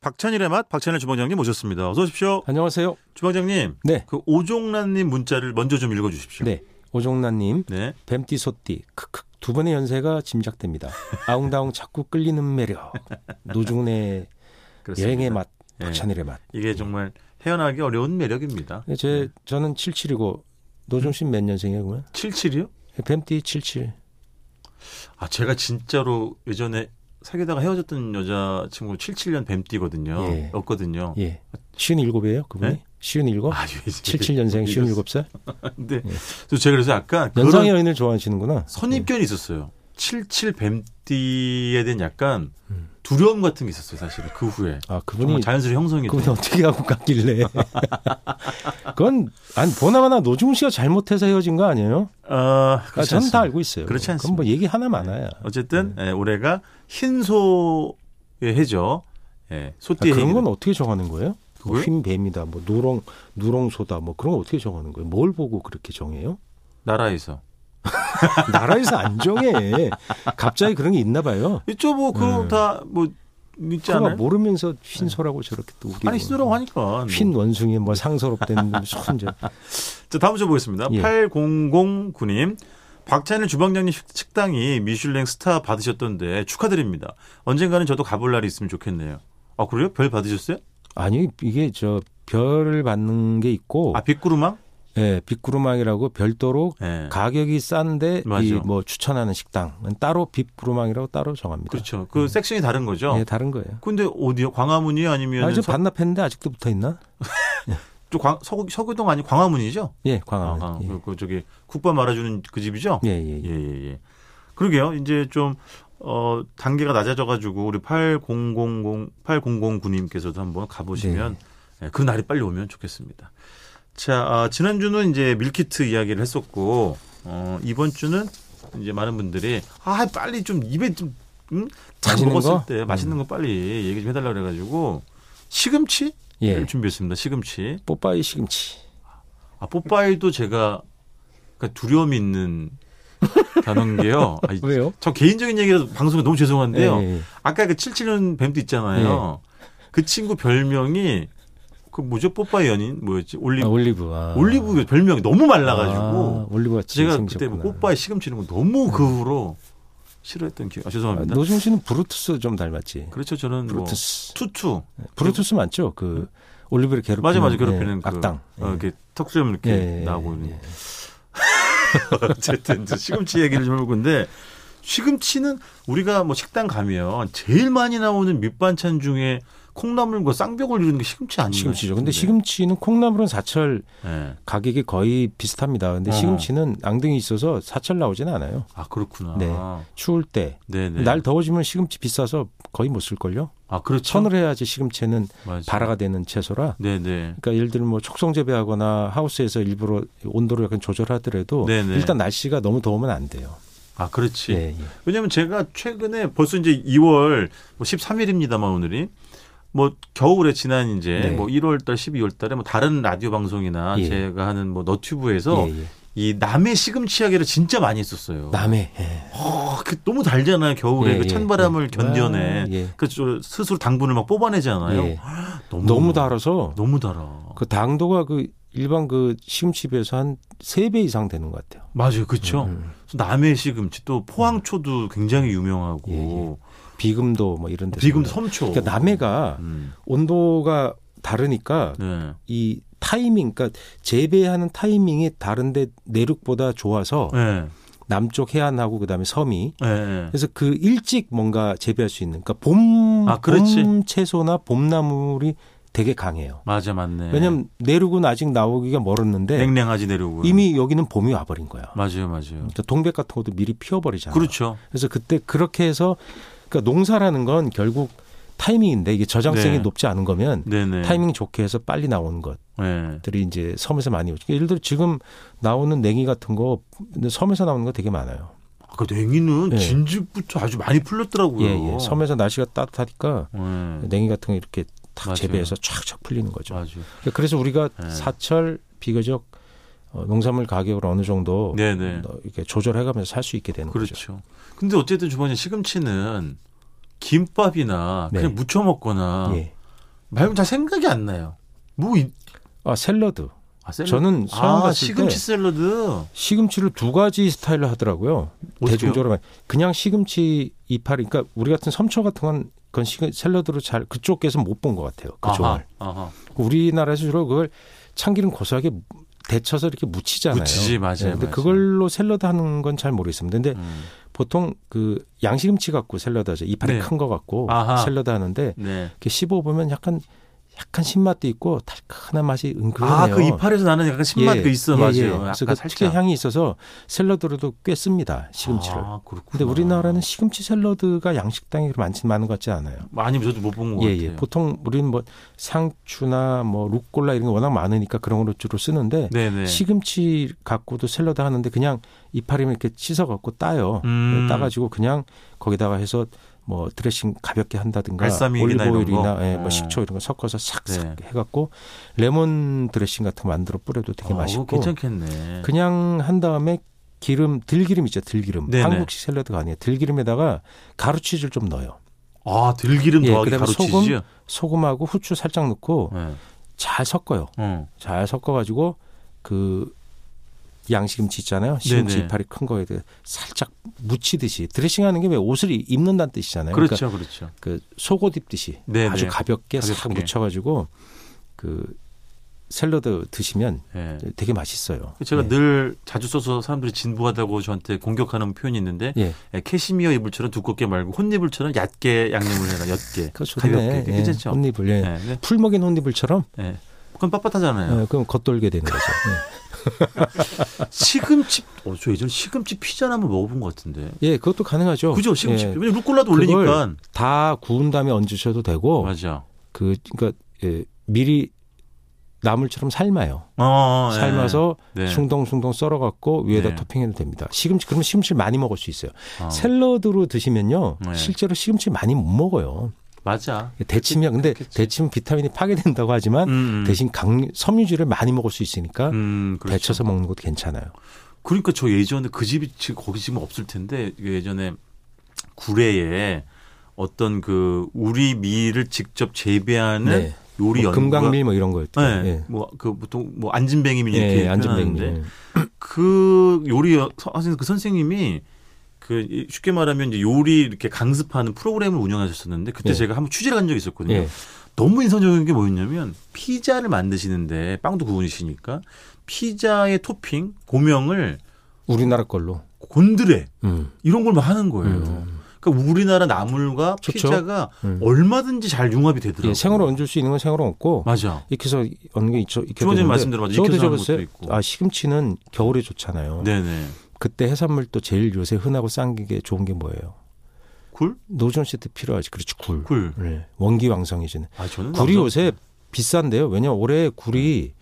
박찬일의 맛 박찬일 주방장님 모셨습니다. 어서 오십시오. 안녕하세요. 주방장님. 네. 그 오종란님 문자를 먼저 좀 읽어주십시오. 네. 오종란님, 네. 뱀띠 소띠, 크크. 두 번의 연세가 짐작됩니다. 아웅다웅 자꾸 끌리는 매력. 노중훈의 그렇습니다. 여행의 맛, 예. 박찬일의 맛. 이게 정말 헤어나기 어려운 매력입니다. 근데 제 저는 77이고 노중 씨몇 년생이에요, 그러면? 77이요? 뱀띠 77. 아, 제가 진짜로 예전에 사귀다가 헤어졌던 여자친구 77년 뱀띠거든요. 예. 없거든요. 예. 57이에요, 그분이? 네? 57? 아, 예. 77년생 57살? 근데 그래서 제가 그래서 약간 그런 예. 연상 연인을 좋아하시는구나. 선입견이 있었어요. 77 뱀띠에 대한 약간 두려움 같은 게 있었어요, 사실은. 그 후에. 아, 정말 음. 그분이 자연스레 형성이 그분이 돼요. 어떻게 하고 갔길래. 그건 아니 보나마나 노중 씨가 잘못해서 헤어진 거 아니에요? 아, 아, 그렇지 저는 다 않습니다. 알고 있어요. 그렇지 그건 뭐 얘기 하나 많아야. 어쨌든 네. 예, 올해가 흰소의 해죠. 예, 아, 소띠의 그런 해입니다. 건 어떻게 정하는 거예요? 뭐 그거요? 흰 뱀이다, 뭐 누렁 누렁소다, 뭐 그런 거 어떻게 정하는 거예요? 뭘 보고 그렇게 정해요? 나라에서. 나라에서 안 정해. 갑자기 그런 게 있나 봐요. 있죠, 뭐 그런 음. 다뭐 있지 그거 않아요? 네. 모르면서 흰소라고 저렇게 또 우기고. 아니 흰소라고 하니까. 뭐. 흰 원숭이 뭐 상서롭다는 놈 손. 저- 자, 다음 주 보겠습니다. 예. 8009님. 박찬일 주방장님 식- 식당이 미슐랭 스타 받으셨던데 축하드립니다. 언젠가는 저도 가볼 날이 있으면 좋겠네요. 아, 그래요? 별 받으셨어요? 아니 이게 저 별을 받는 게 있고, 아, 빗구르망? 예, 빗구르망이라고 별도로 예. 가격이 싼데 맞아. 이 뭐 추천하는 식당은 따로 빗구르망이라고 따로 정합니다. 그렇죠. 그 섹션이 다른 거죠? 예, 다른 거예요. 근데 어디요? 광화문이 아니면 아, 저 서- 반납했는데 아직도 붙어 있나? 저 광, 서, 서구동 아니 광화문이죠? 예, 아, 광화문. 아, 예. 그, 그 저기 국밥 말아주는 그 집이죠? 예, 예, 예, 예. 예, 예. 그러게요. 이제 좀, 어, 단계가 낮아져가지고 우리 8000, 8009님께서도 한번 가보시면 네. 예, 그 날이 빨리 오면 좋겠습니다. 자, 아, 지난주는 이제 밀키트 이야기를 했었고, 어, 이번주는 이제 많은 분들이 아, 빨리 좀 입에 좀, 음? 딱 맛있는 먹었을 거? 음. 때 맛있는 거 빨리 얘기 좀 해달라 그래가지고 시금치? 예. 준비했습니다. 시금치. 뽀빠이 시금치. 아, 뽀빠이도 제가 그러니까 두려움이 있는 단어인 게요. 아니, 왜요? 저 개인적인 얘기라서 방송에 너무 죄송한데요. 예, 예. 아까 그 77년 뱀도 있잖아요. 그 친구 별명이 그 뭐죠? 뽀빠이 연인 뭐였지? 올리 아, 브 올리브. 아. 올리브 별명이 너무 말라가지고 아, 음. 올리브가 제가 그때 뭐 뽀빠이 시금치는 거 너무 그 후로 싫어했던 기억. 아, 죄송합니다. 노중 씨는 브루투스 좀 닮았지. 그렇죠. 저는 뭐 브루투스. 투투 브루투스 맞죠? 그 올리브를 괴롭히는 맞아 맞아 괴롭히는 예, 그 악당. 어, 예. 이렇게 턱수염 이렇게 예, 예, 나오고 있는. 예. 어쨌든 저 시금치 얘기를 좀 해볼 건데 시금치는 우리가 뭐 식당 가면 제일 많이 나오는 밑반찬 중에 콩나물과 쌍벽을 이루는 게 시금치 아니에요? 시금치죠. 근데 네. 시금치는 콩나물은 사철 예. 가격이 거의 비슷합니다. 근데 어. 시금치는 앙등이 있어서 사철 나오진 않아요. 아 그렇구나. 네. 추울 때. 네. 네 날 더워지면 시금치 비싸서 거의 못 쓸걸요? 아 그렇죠. 천을 해야지 시금치는 맞아요. 발화가 되는 채소라 네네. 그러니까 예를 들면 뭐 축성 재배하거나 하우스에서 일부러 온도를 약간 조절하더라도 네네. 일단 날씨가 너무 더우면 안 돼요. 아 그렇지. 예, 예. 왜냐하면 제가 최근에 벌써 이제 2월 뭐 13일입니다만 오늘이 뭐 겨울에 지난 이제 네. 뭐 1월달 12월달에 뭐 다른 라디오 방송이나 예. 제가 하는 뭐 너튜브에서 예, 예. 이 남해 시금치 이야기를 진짜 많이 했었어요. 남해 예. 아, 그 너무 달잖아요 겨울에 예, 그 예, 찬바람을 예. 견뎌내. 아, 예. 그저 스스로 당분을 막 뽑아내잖아요. 예. 너무, 너무 달아서 너무 달아. 그 당도가 그 일반 그 시금치 비해서 한 세 배 이상 되는 것 같아요. 맞아요, 그렇죠. 음. 남해 시금치 또 포항초도 굉장히 유명하고 예, 비금도 뭐 이런 데 비금 섬초. 그러니까 남해가 음. 온도가 다르니까 네. 이 타이밍 그러니까 재배하는 타이밍이 다른데 내륙보다 좋아서 네. 남쪽 해안하고 그다음에 섬이 네, 네. 그래서 그 일찍 뭔가 재배할 수 있는 그러니까 봄, 아, 그렇지. 봄 채소나 봄나물이 되게 강해요. 맞아, 맞네. 왜냐하면 내륙은 아직 나오기가 멀었는데 냉랭하지 내려오고. 이미 여기는 봄이 와버린 거야. 맞아요, 맞아요. 그러니까 동백 같은 것도 미리 피워버리잖아요. 그렇죠. 그래서 그때 그렇게 해서 그러니까 농사라는 건 결국 타이밍인데 이게 저장성이 네. 높지 않은 거면 네네. 타이밍 좋게 해서 빨리 나오는 네. 것들이 이제 섬에서 많이 오죠. 그러니까 예를 들어 지금 나오는 냉이 같은 거 섬에서 나오는 거 되게 많아요. 그 냉이는 예. 진즉부터 아주 많이 풀렸더라고요. 예, 예. 섬에서 날씨가 따뜻하니까 예. 냉이 같은 거 이렇게 탁 맞아요. 재배해서 촥촥 풀리는 거죠. 맞아요. 그러니까 그래서 우리가 네. 사철 비교적 어, 농산물 가격을 어느 정도 네네. 어, 이렇게 조절해가면서 살 수 있게 되는 거죠. 그렇죠. 근데 어쨌든 주방장 시금치는 김밥이나 네. 그냥 무쳐 먹거나 예. 말면 잘 생각이 안 나요. 뭐 이, 아 샐러드. 아, 샐러드. 저는 서양 아, 갔을 시금치 때 샐러드. 시금치를 두 가지 스타일로 하더라고요. 어떻게요? 대중적으로 많이. 그냥 시금치 이파리 그러니까 우리 같은 섬초 같은 건 그건 시금, 샐러드로 잘 그쪽에서 못 본 것 같아요. 그 종을. 아하, 아하. 우리나라에서 주로 그걸 참기름 고소하게 데쳐서 이렇게 무치잖아요. 예, 무치지, 맞아요, 네, 근데 맞아요. 그걸로 샐러드 하는 건 잘 모르겠습니다. 근데 음. 보통 그 양시금치 갖고 샐러드 하죠. 이파리 네. 큰 거 갖고 아하. 샐러드 하는데 네. 이렇게 씹어 보면 약간 약간 신맛도 있고 달큰한 맛이 은근해요. 아, 그 이파리에서 나는 약간 신맛 예, 그 있어 예, 맞아요. 예. 약간 그래서 그 특유의 향이 있어서 샐러드로도 꽤 씁니다. 시금치를. 아, 그렇구나. 근데 우리나라는 시금치 샐러드가 양식당에 많지 많은 것 같지 않아요. 많이 저도 못 본 것 예, 같아요. 예. 보통 우리는 뭐 상추나 뭐 루꼴라 이런 게 워낙 많으니까 그런 걸로 주로 쓰는데 네네. 시금치 갖고도 샐러드 하는데 그냥 이파리만 이렇게 씻어 갖고 따요. 음. 네, 따가지고 그냥 거기다가 해서 뭐 드레싱 가볍게 한다든가 발사믹이나 이런 거? 올리브오일이나 예, 어. 뭐 식초 이런 거 섞어서 싹싹 네. 해갖고 레몬 드레싱 같은 거 만들어 뿌려도 되게 아, 맛있고 그거 괜찮겠네. 그냥 한 다음에 기름 들기름 있죠 들기름 네네. 한국식 샐러드가 아니에요 들기름에다가 가루치즈를 좀 넣어요 아, 들기름 예, 더하기 그다음에 가루치즈요? 소금하고 후추 살짝 넣고 네. 잘 섞어요 어. 잘 섞어가지고 그 양식김치 있잖아요. 시금치 네네. 이파리 큰 거에 대해 살짝 묻히듯이 드레싱하는 게 왜 옷을 이- 입는다는 뜻이잖아요. 러니까 그렇죠, 그렇죠. 그 속옷 입듯이 네네. 아주 가볍게, 싹 가볍게. 묻혀가지고 그 샐러드 드시면 예. 되게 맛있어요. 제가 예. 늘 자주 써서 사람들이 진부하다고 저한테 공격하는 표현이 있는데 예. 예, 캐시미어 이불처럼 두껍게 말고 혼이불처럼 얕게 양념을 해라. 옅게. 그거 좋네. 가볍게. 예. 괜찮죠? 혼니불. 예. 예, 네. 풀 먹인 혼니불처럼 예. 그건 빳빳하잖아요. 예, 그럼 겉돌게 되는 거죠. 예. 시금치, 어, 저 예전 시금치 피자나 한번 먹어본 것 같은데. 예, 예, 그것도 가능하죠. 그죠? 시금치. 예. 왜냐면 루꼴라도 그걸- 올리니까. 다 구운 다음에 얹으셔도 되고 맞아. 그 그러니까 예, 미리 나물처럼 삶아요. 어, 어, 예. 삶아서 네. 숭덩숭덩 썰어갖고 위에다 네. 토핑해도 됩니다. 시금치 그러면 시금치 많이 먹을 수 있어요. 어, 샐러드로 드시면요, 네. 실제로 시금치 많이 못 먹어요. 맞아. 데치면 근데 그렇겠지. 데치면 비타민이 파괴된다고 하지만 음, 음. 대신 강 섬유질을 많이 먹을 수 있으니까 음, 그렇죠. 데쳐서 먹는 것도 괜찮아요. 그러니까 저 예전에 그 집이 지금 거기 지금 없을 텐데 이게 예전에 구례에 어떤 그 우리 미를 직접 재배하는 네. 요리 연구가 뭐 금강밀 뭐 이런 거였죠. 네. 예. 뭐그 보통 뭐 안진뱅이 예, 이렇게 예, 안전뱅이. 표현하는데 그 요리 여- 서- 선생님 그 선생님이 그 이- 쉽게 말하면 이제 요리 이렇게 강습하는 프로그램을 운영하셨었는데 그때 예. 제가 한번 취재를 간 적이 있었거든요. 예. 너무 인상적인 게 뭐였냐면 피자를 만드시는데 빵도 구우시니까 피자의 토핑 고명을 우리나라 걸로. 곤드레 음. 이런 걸 막 하는 거예요. 음. 그러니까 우리나라 나물과 좋죠. 피자가 음. 얼마든지 잘 융합이 되더라고요. 예, 생으로 얹을 수 있는 건 생으로 얹고 맞아. 익혀서 얹는 게 있죠. 익혀도 주원님 되는데 말씀대로 맞아. 저도 익혀서 하는 적었어요. 것도 있고. 아 시금치는 겨울에 좋잖아요. 네네. 그때 해산물 또 제일 요새 흔하고 싼 게 좋은 게 뭐예요? 굴? 노존 시트 필요하지. 그렇지 굴. 굴. 네. 원기왕성해지는. 아 저는 굴이 남성- 네. 요새 비싼데요. 왜냐면 올해 굴이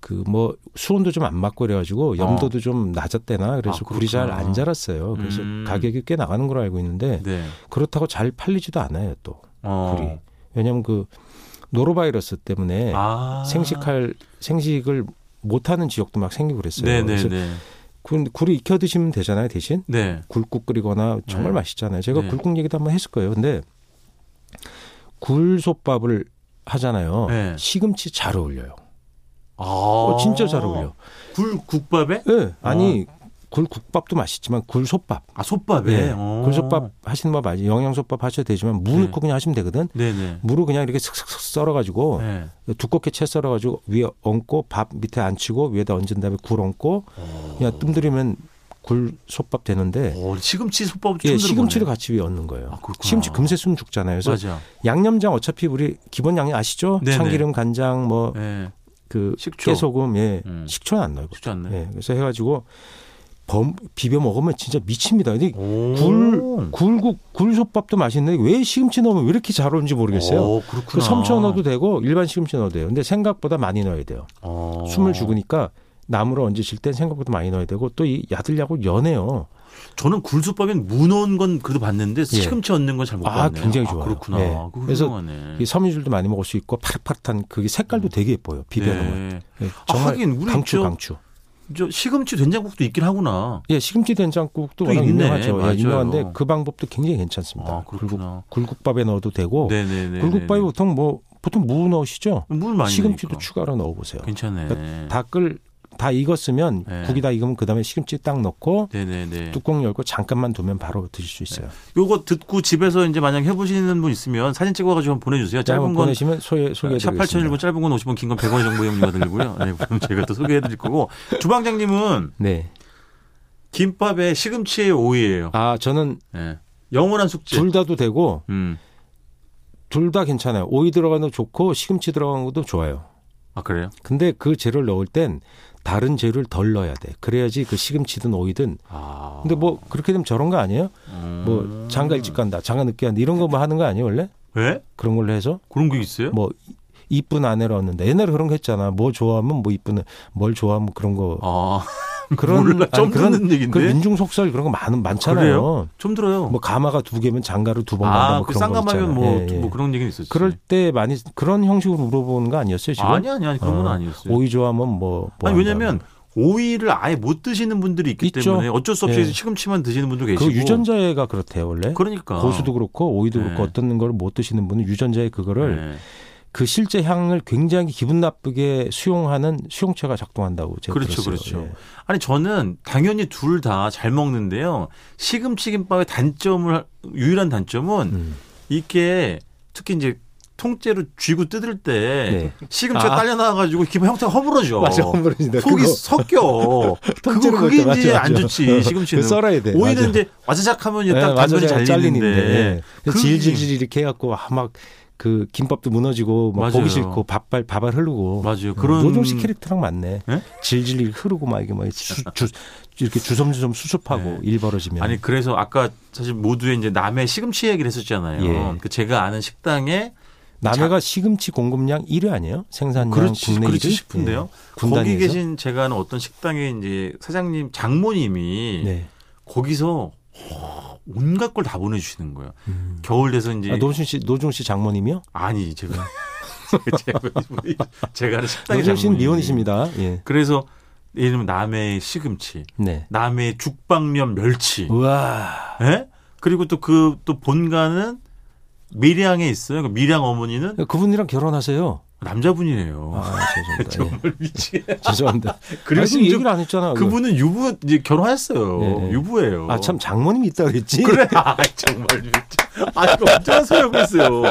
그 뭐 수온도 좀 안 맞고 그래가지고 염도도 좀 낮았대나 그래서 아, 굴이 잘 그렇구나. 안 자랐어요. 그래서 음. 가격이 꽤 나가는 걸로 알고 있는데 네. 그렇다고 잘 팔리지도 않아요 또 어. 굴이. 왜냐면 그 노로바이러스 때문에 아. 생식할 생식을 못하는 지역도 막 생기고 그랬어요. 네네네. 그래서 네. 굴, 굴이 익혀 드시면 되잖아요 대신. 네. 굴국 끓이거나 정말 네. 맛있잖아요. 제가 네. 굴국 얘기도 한번 했을 거예요. 근데 굴솥밥을 하잖아요. 네. 시금치 잘 어울려요. 아. 어, 진짜 잘 어울려. 굴 국밥에? 예. 아니 굴국밥도 맛있지만 굴솥밥. 아 솥밥에. 예. 어. 굴솥밥 하시는 거 맞아요. 영양솥밥 하셔도 되지만 무 네. 넣고 그냥 하시면 되거든. 네네. 무를 그냥 이렇게 슥슥슥 썰어가지고 네. 두껍게 채 썰어가지고 위에 얹고 밥 밑에 앉히고 위에다 얹은 다음에 굴 얹고 그냥 뜸 들이면 굴솥밥 되는데 어, 시금치 솥밥 처음 네. 예, 들어보네. 시금치를 같이 위에 얹는 거예요. 아, 그렇구나. 시금치 금세 숨 죽잖아요. 그래서 맞아. 양념장 어차피 우리 기본 양념 아시죠? 네네. 참기름, 간장, 뭐 예. 그 식초. 깨소금, 예, 음. 식초는 안 넣어요. 쉽지 않네. 예, 그래서 해가지고 범, 비벼 먹으면 진짜 미칩니다. 근데 오. 음. 굴- 굴국 굴솥밥도 맛있는데 왜 시금치 넣으면 왜 이렇게 잘 어울리는지 모르겠어요. 어, 그렇구나. 그 섬초 넣어도 되고 일반 시금치 넣어도 돼요. 근데 생각보다 많이 넣어야 돼요. 어. 숨을 죽으니까 나무로 얹으실 땐 생각보다 많이 넣어야 되고 또 이 야들야들 연해요. 저는 굴솥밥엔 무 넣은 건 그래도 봤는데 시금치 얹는 건 잘 못 예. 아, 봤네요. 굉장히 좋아요. 그렇구나. 네. 그거 그래서 훌륭하네. 음. 이 섬유질도 많이 먹을 수 있고 파릇파릇한 그게 색깔도 되게 예뻐요. 비벼 네. 넣으면. 예, 아, 정말 하긴 우리 강추 저- 강추. 저 시금치 된장국도 있긴 하구나. 예, 시금치 된장국도 또 워낙 있네. 유명하죠. 맞아요. 예, 유명한데 그 방법도 굉장히 괜찮습니다. 아, 그렇구나. 굴국, 굴국밥에 넣어도 되고 네네네. 굴국밥이 보통 뭐 보통 무 넣으시죠? 물 많이 시금치도 넣으니까. 추가로 넣어보세요. 그 괜찮네. 다 끓, 다 익었으면 네. 국이 다 익으면 그 다음에 시금치 딱 넣고 네네네. 네. 뚜껑 열고 잠깐만 두면 바로 드실 수 있어요. 요거 듣고 집에서 이제 만약 해보시는 분 있으면 사진 찍어가지고 한번 보내주세요. 짧은 짧은 건 보내시면 소개 샵 소개해드리겠습니다. 8001번 짧은 건 50원, 긴 건 100원의 정보 이용료가 들리고요. 네, 그럼 제가 또 소개해드릴 거고. 주방장님은 네. 김밥에 시금치의 오이예요. 아 저는 네. 영원한 숙제. 둘 다도 되고 음. 둘 다 괜찮아요. 오이 들어간 것도 좋고 시금치 들어간 것도 좋아요. 아 그래요? 근데 그 재료를 넣을 땐 다른 재료를 덜 넣어야 돼. 그래야지 그 시금치든 오이든. 아. 근데 뭐 그렇게 되면 저런 거 아니에요? 음. 뭐 장가 일찍 간다, 장가 늦게 간다 이런 거 뭐 하는 거 아니에요 원래? 왜? 그런 걸로 해서 예? 그런 게 있어요? 뭐 이쁜 아내를 얻는다. 옛날에 그런 거 했잖아. 뭐 좋아하면 뭐 이쁜, 뭘 좋아하면 그런 거. 아. 그런 몰라. 아니, 좀 그런 듣는 얘긴데. 그 민중 속설 그런 거 많, 많잖아요. 그래요? 좀 들어요. 뭐 가마가 두 개면 장가를 두 번 간다 아, 뭐 그 그런 거 있잖아요. 쌍감하면 뭐, 예, 예. 뭐 그런 얘기는 있었지. 그럴 때 많이 그런 형식으로 물어보는 거 아니었어요 지금? 아니 아니 아니 그런 건 어, 아니었어요. 오이 좋아하면 뭐, 뭐 아니 한다. 왜냐면 오이를 아예 못 드시는 분들이 있기 있죠. 때문에 어쩔 수 없이 예. 시금치만 드시는 분도 그 계시고. 유전자애가 그렇대요 원래. 그러니까 고수도 그렇고 오이도 네. 그렇고 어떤 걸 못 드시는 분은 유전자의 그거를 네. 그 실제 향을 굉장히 기분 나쁘게 수용하는 수용체가 작동한다고 제가 그렇죠, 들었어요. 예. 그렇죠. 아니 저는 당연히 둘 다 잘 먹는데요. 시금치 김밥의 단점을 유일한 단점은 예. 음. 이게 특히 이제 통째로 쥐고 뜯을 때 네. 시금치가 아. 딸려 나와가지고 기본 형태가 허물어져. 맞아, 허물어진다. 속이 그거. 섞여. 그거 통째로 그게 먹을 때 이제 맞아, 안 맞아. 좋지 시금치는. 그거 썰어야 돼. 오이는 맞아. 이제 와자작하면 예, 딱 맞아요. 단면이 잘리는데. 잘리는데 네. 그- 그래서 질질질 이렇게 해갖고 아, 막그 김밥도 무너지고 막 맞아요. 보기 싫고 밥발 밥알 흐르고 맞아요. 그런 음, 노종씨 캐릭터랑 맞네. 예? 아. 질질 이렇게 흐르고 막 이게 막 수, 주, 이렇게 주섬주섬 수습하고 네. 일 벌어지면 아니 그래서 아까 사실 모두의 이제 남의 시금치 얘기를 했었잖아요. 예. 그 제가 아는 식당에 남해가 시금치 공급량 1위 아니에요? 생산량 그렇지 뭐 국내 그렇지 1위? 싶은데요. 거기 군단위에서? 계신 제가 아는 어떤 식당의 이제 사장님 장모님이 예. 네. 거기서 온갖 걸 다 보내주시는 거예요. 음. 겨울 돼서 이제 아, 노종 씨 노종 씨 장모님이요? 아니 제가 제가 제가 아는 식당의 노종 씨는 장모님 미혼이십니다. 예. 그래서 예를 들면 남해의 시금치, 네. 남해의 죽방면 멸치, 어. 우와. 예? 그리고 또 그 또 본가는 밀양에 있어요. 그 밀양 어머니는 그분이랑 결혼하세요? 남자분이래요. 아, 죄송합니다. 정말 미치게. 예. 죄송합니다. 그리고 아니, 그 심지어 얘기를 안 했잖아. 그분은 유부 이제 결혼했어요. 네, 네. 유부예요. 아, 참 장모님이 있다고 그랬지? 그래. 아, 정말 미치. 아, 이거 엄청난 소리하고 있어요.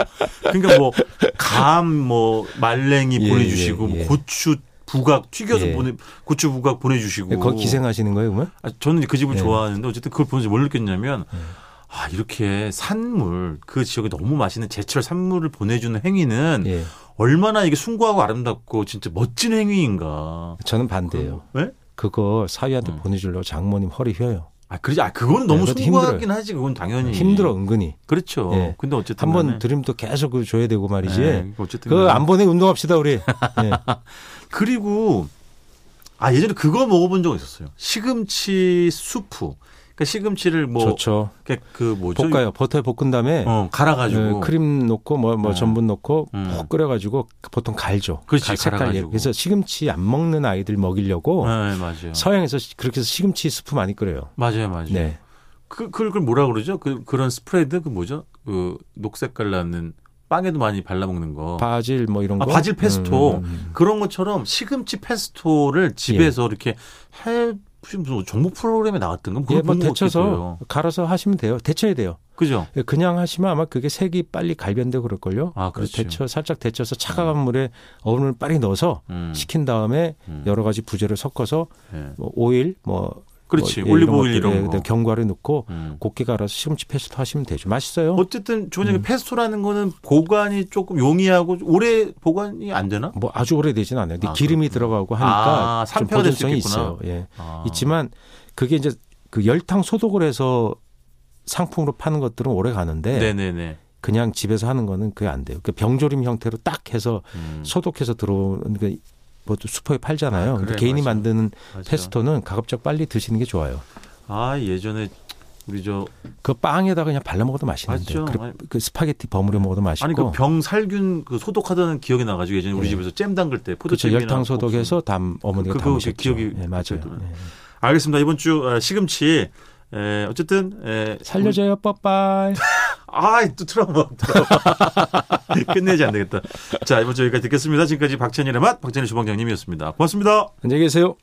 그러니까 뭐, 감, 뭐, 말랭이 예, 보내주시고, 예, 예. 고추 부각 튀겨서 예. 네, 보내, 고추 부각 보내주시고. 거기 기생하시는 거예요, 그러면? 아, 저는 그 집을 예. 좋아하는데 어쨌든 그걸 보면서 뭘 느꼈냐면 아 이렇게 산물 그 지역에 너무 맛있는 제철 산물을 보내주는 행위는 예. 얼마나 이게 숭고하고 아름답고 진짜 멋진 행위인가. 저는 반대예요. 왜? 그거 사위한테 음. 보내주려고 장모님 허리 휘어요. 아 그러지 아 그거는 너무 네, 그것도 숭고하긴 힘들어요. 하지 그건 당연히 힘들어, 은근히. 그렇죠. 예. 근데 어쨌든 한 번 간에. 드리면 또 계속 그거 줘야 되고 말이지. 예, 어쨌든 그거 간에. 안 보내 운동합시다, 우리. 예. 그리고 아 예전에 그거 먹어본 적 있었어요. 시금치 수프. 그러니까 시금치를 뭐 좋죠. 이렇게 그 뭐죠? 볶아요. 버터에 볶은 다음에 어 갈아가지고 어, 크림 넣고 뭐, 뭐 음. 전분 넣고 음. 푹 끓여가지고 보통 갈죠. 그렇지, 갈 색깔 갈아가지고. 예. 그래서 시금치 안 먹는 아이들 먹이려고 네, 맞아요. 서양에서 시- 그렇게 해서 시금치 스프 많이 끓여요. 맞아요, 맞아요. 네. 그, 그걸, 그걸 뭐라 그러죠? 그, 그런 스프레드? 그 뭐죠? 그, 녹색깔 나는 빵에도 많이 발라먹는 거. 바질 뭐 이런 아, 거. 바질 페스토. 음, 음, 그런 것처럼 시금치 페스토를 예. 집에서 이렇게 해, 무슨 무슨 정보 프로그램에 나왔던 건 음. 예, 그걸 뭐 본것 데쳐서 같기도요. 갈아서 하시면 돼요. 데쳐야 돼요. 그죠? 예, 그냥 하시면 아마 그게 색이 빨리 갈변되고 그럴걸요. 아, 그렇죠. 데쳐 살짝 데쳐서 차가운 물에 어음을 빨리 넣어서 음, 식힌 다음에 음. 여러 가지 부재를 섞어서 예. 뭐 오일 뭐 그렇지. 뭐 예, 올리브 오일 것들, 이런 예, 거. 견과류 넣고 음. 곱게 갈아서 시금치 페스토 하시면 되죠. 맛있어요. 음. 어쨌든, 조원님 페스토라는 거는 보관이 조금 용이하고 오래 보관이 안 되나? 뭐 아주 오래되진 않아요. 근데 아, 기름이 들어가고 하니까 아, 좀 산패가 될수 보존성이 있겠구나. 있어요. 예. 아. 있지만 그게 이제 그 열탕 소독을 해서 상품으로 파는 것들은 오래 가는데 네네네. 그냥 집에서 하는 거는 그게 안 돼요. 그 병조림 형태로 딱 해서 음, 소독해서 들어오는 그 뭐또 슈퍼에 팔잖아요. 아, 근데 그래, 개인이 맞아. 만드는 맞아요. 페스토는 가급적 빨리 드시는 게 좋아요. 아, 예전에 우리 저 그 빵에다가 그냥 발라 먹어도 맛있는데 맞죠. 그, 그 스파게티 버무려 먹어도 맛있고 아니 그 병 살균 그 소독하던 기억이 나가지고 예전에 우리 예. 집에서 잼 담글 때 그렇죠. 포도잼이나 열탕 소독해서 담 어머니가 그거 담으셨죠. 기억이 예, 그때도 맞아요. 예. 알겠습니다 이번 주 어, 시금치 에, 어쨌든 에, 살려줘요, 빠빠이. 아이 또 트라우마 트라우마. 끝내지 안 되겠다. 자 이번 주 여기까지 듣겠습니다. 지금까지 박찬일의 맛 박찬일 주방장님이었습니다. 고맙습니다. 안녕히 계세요.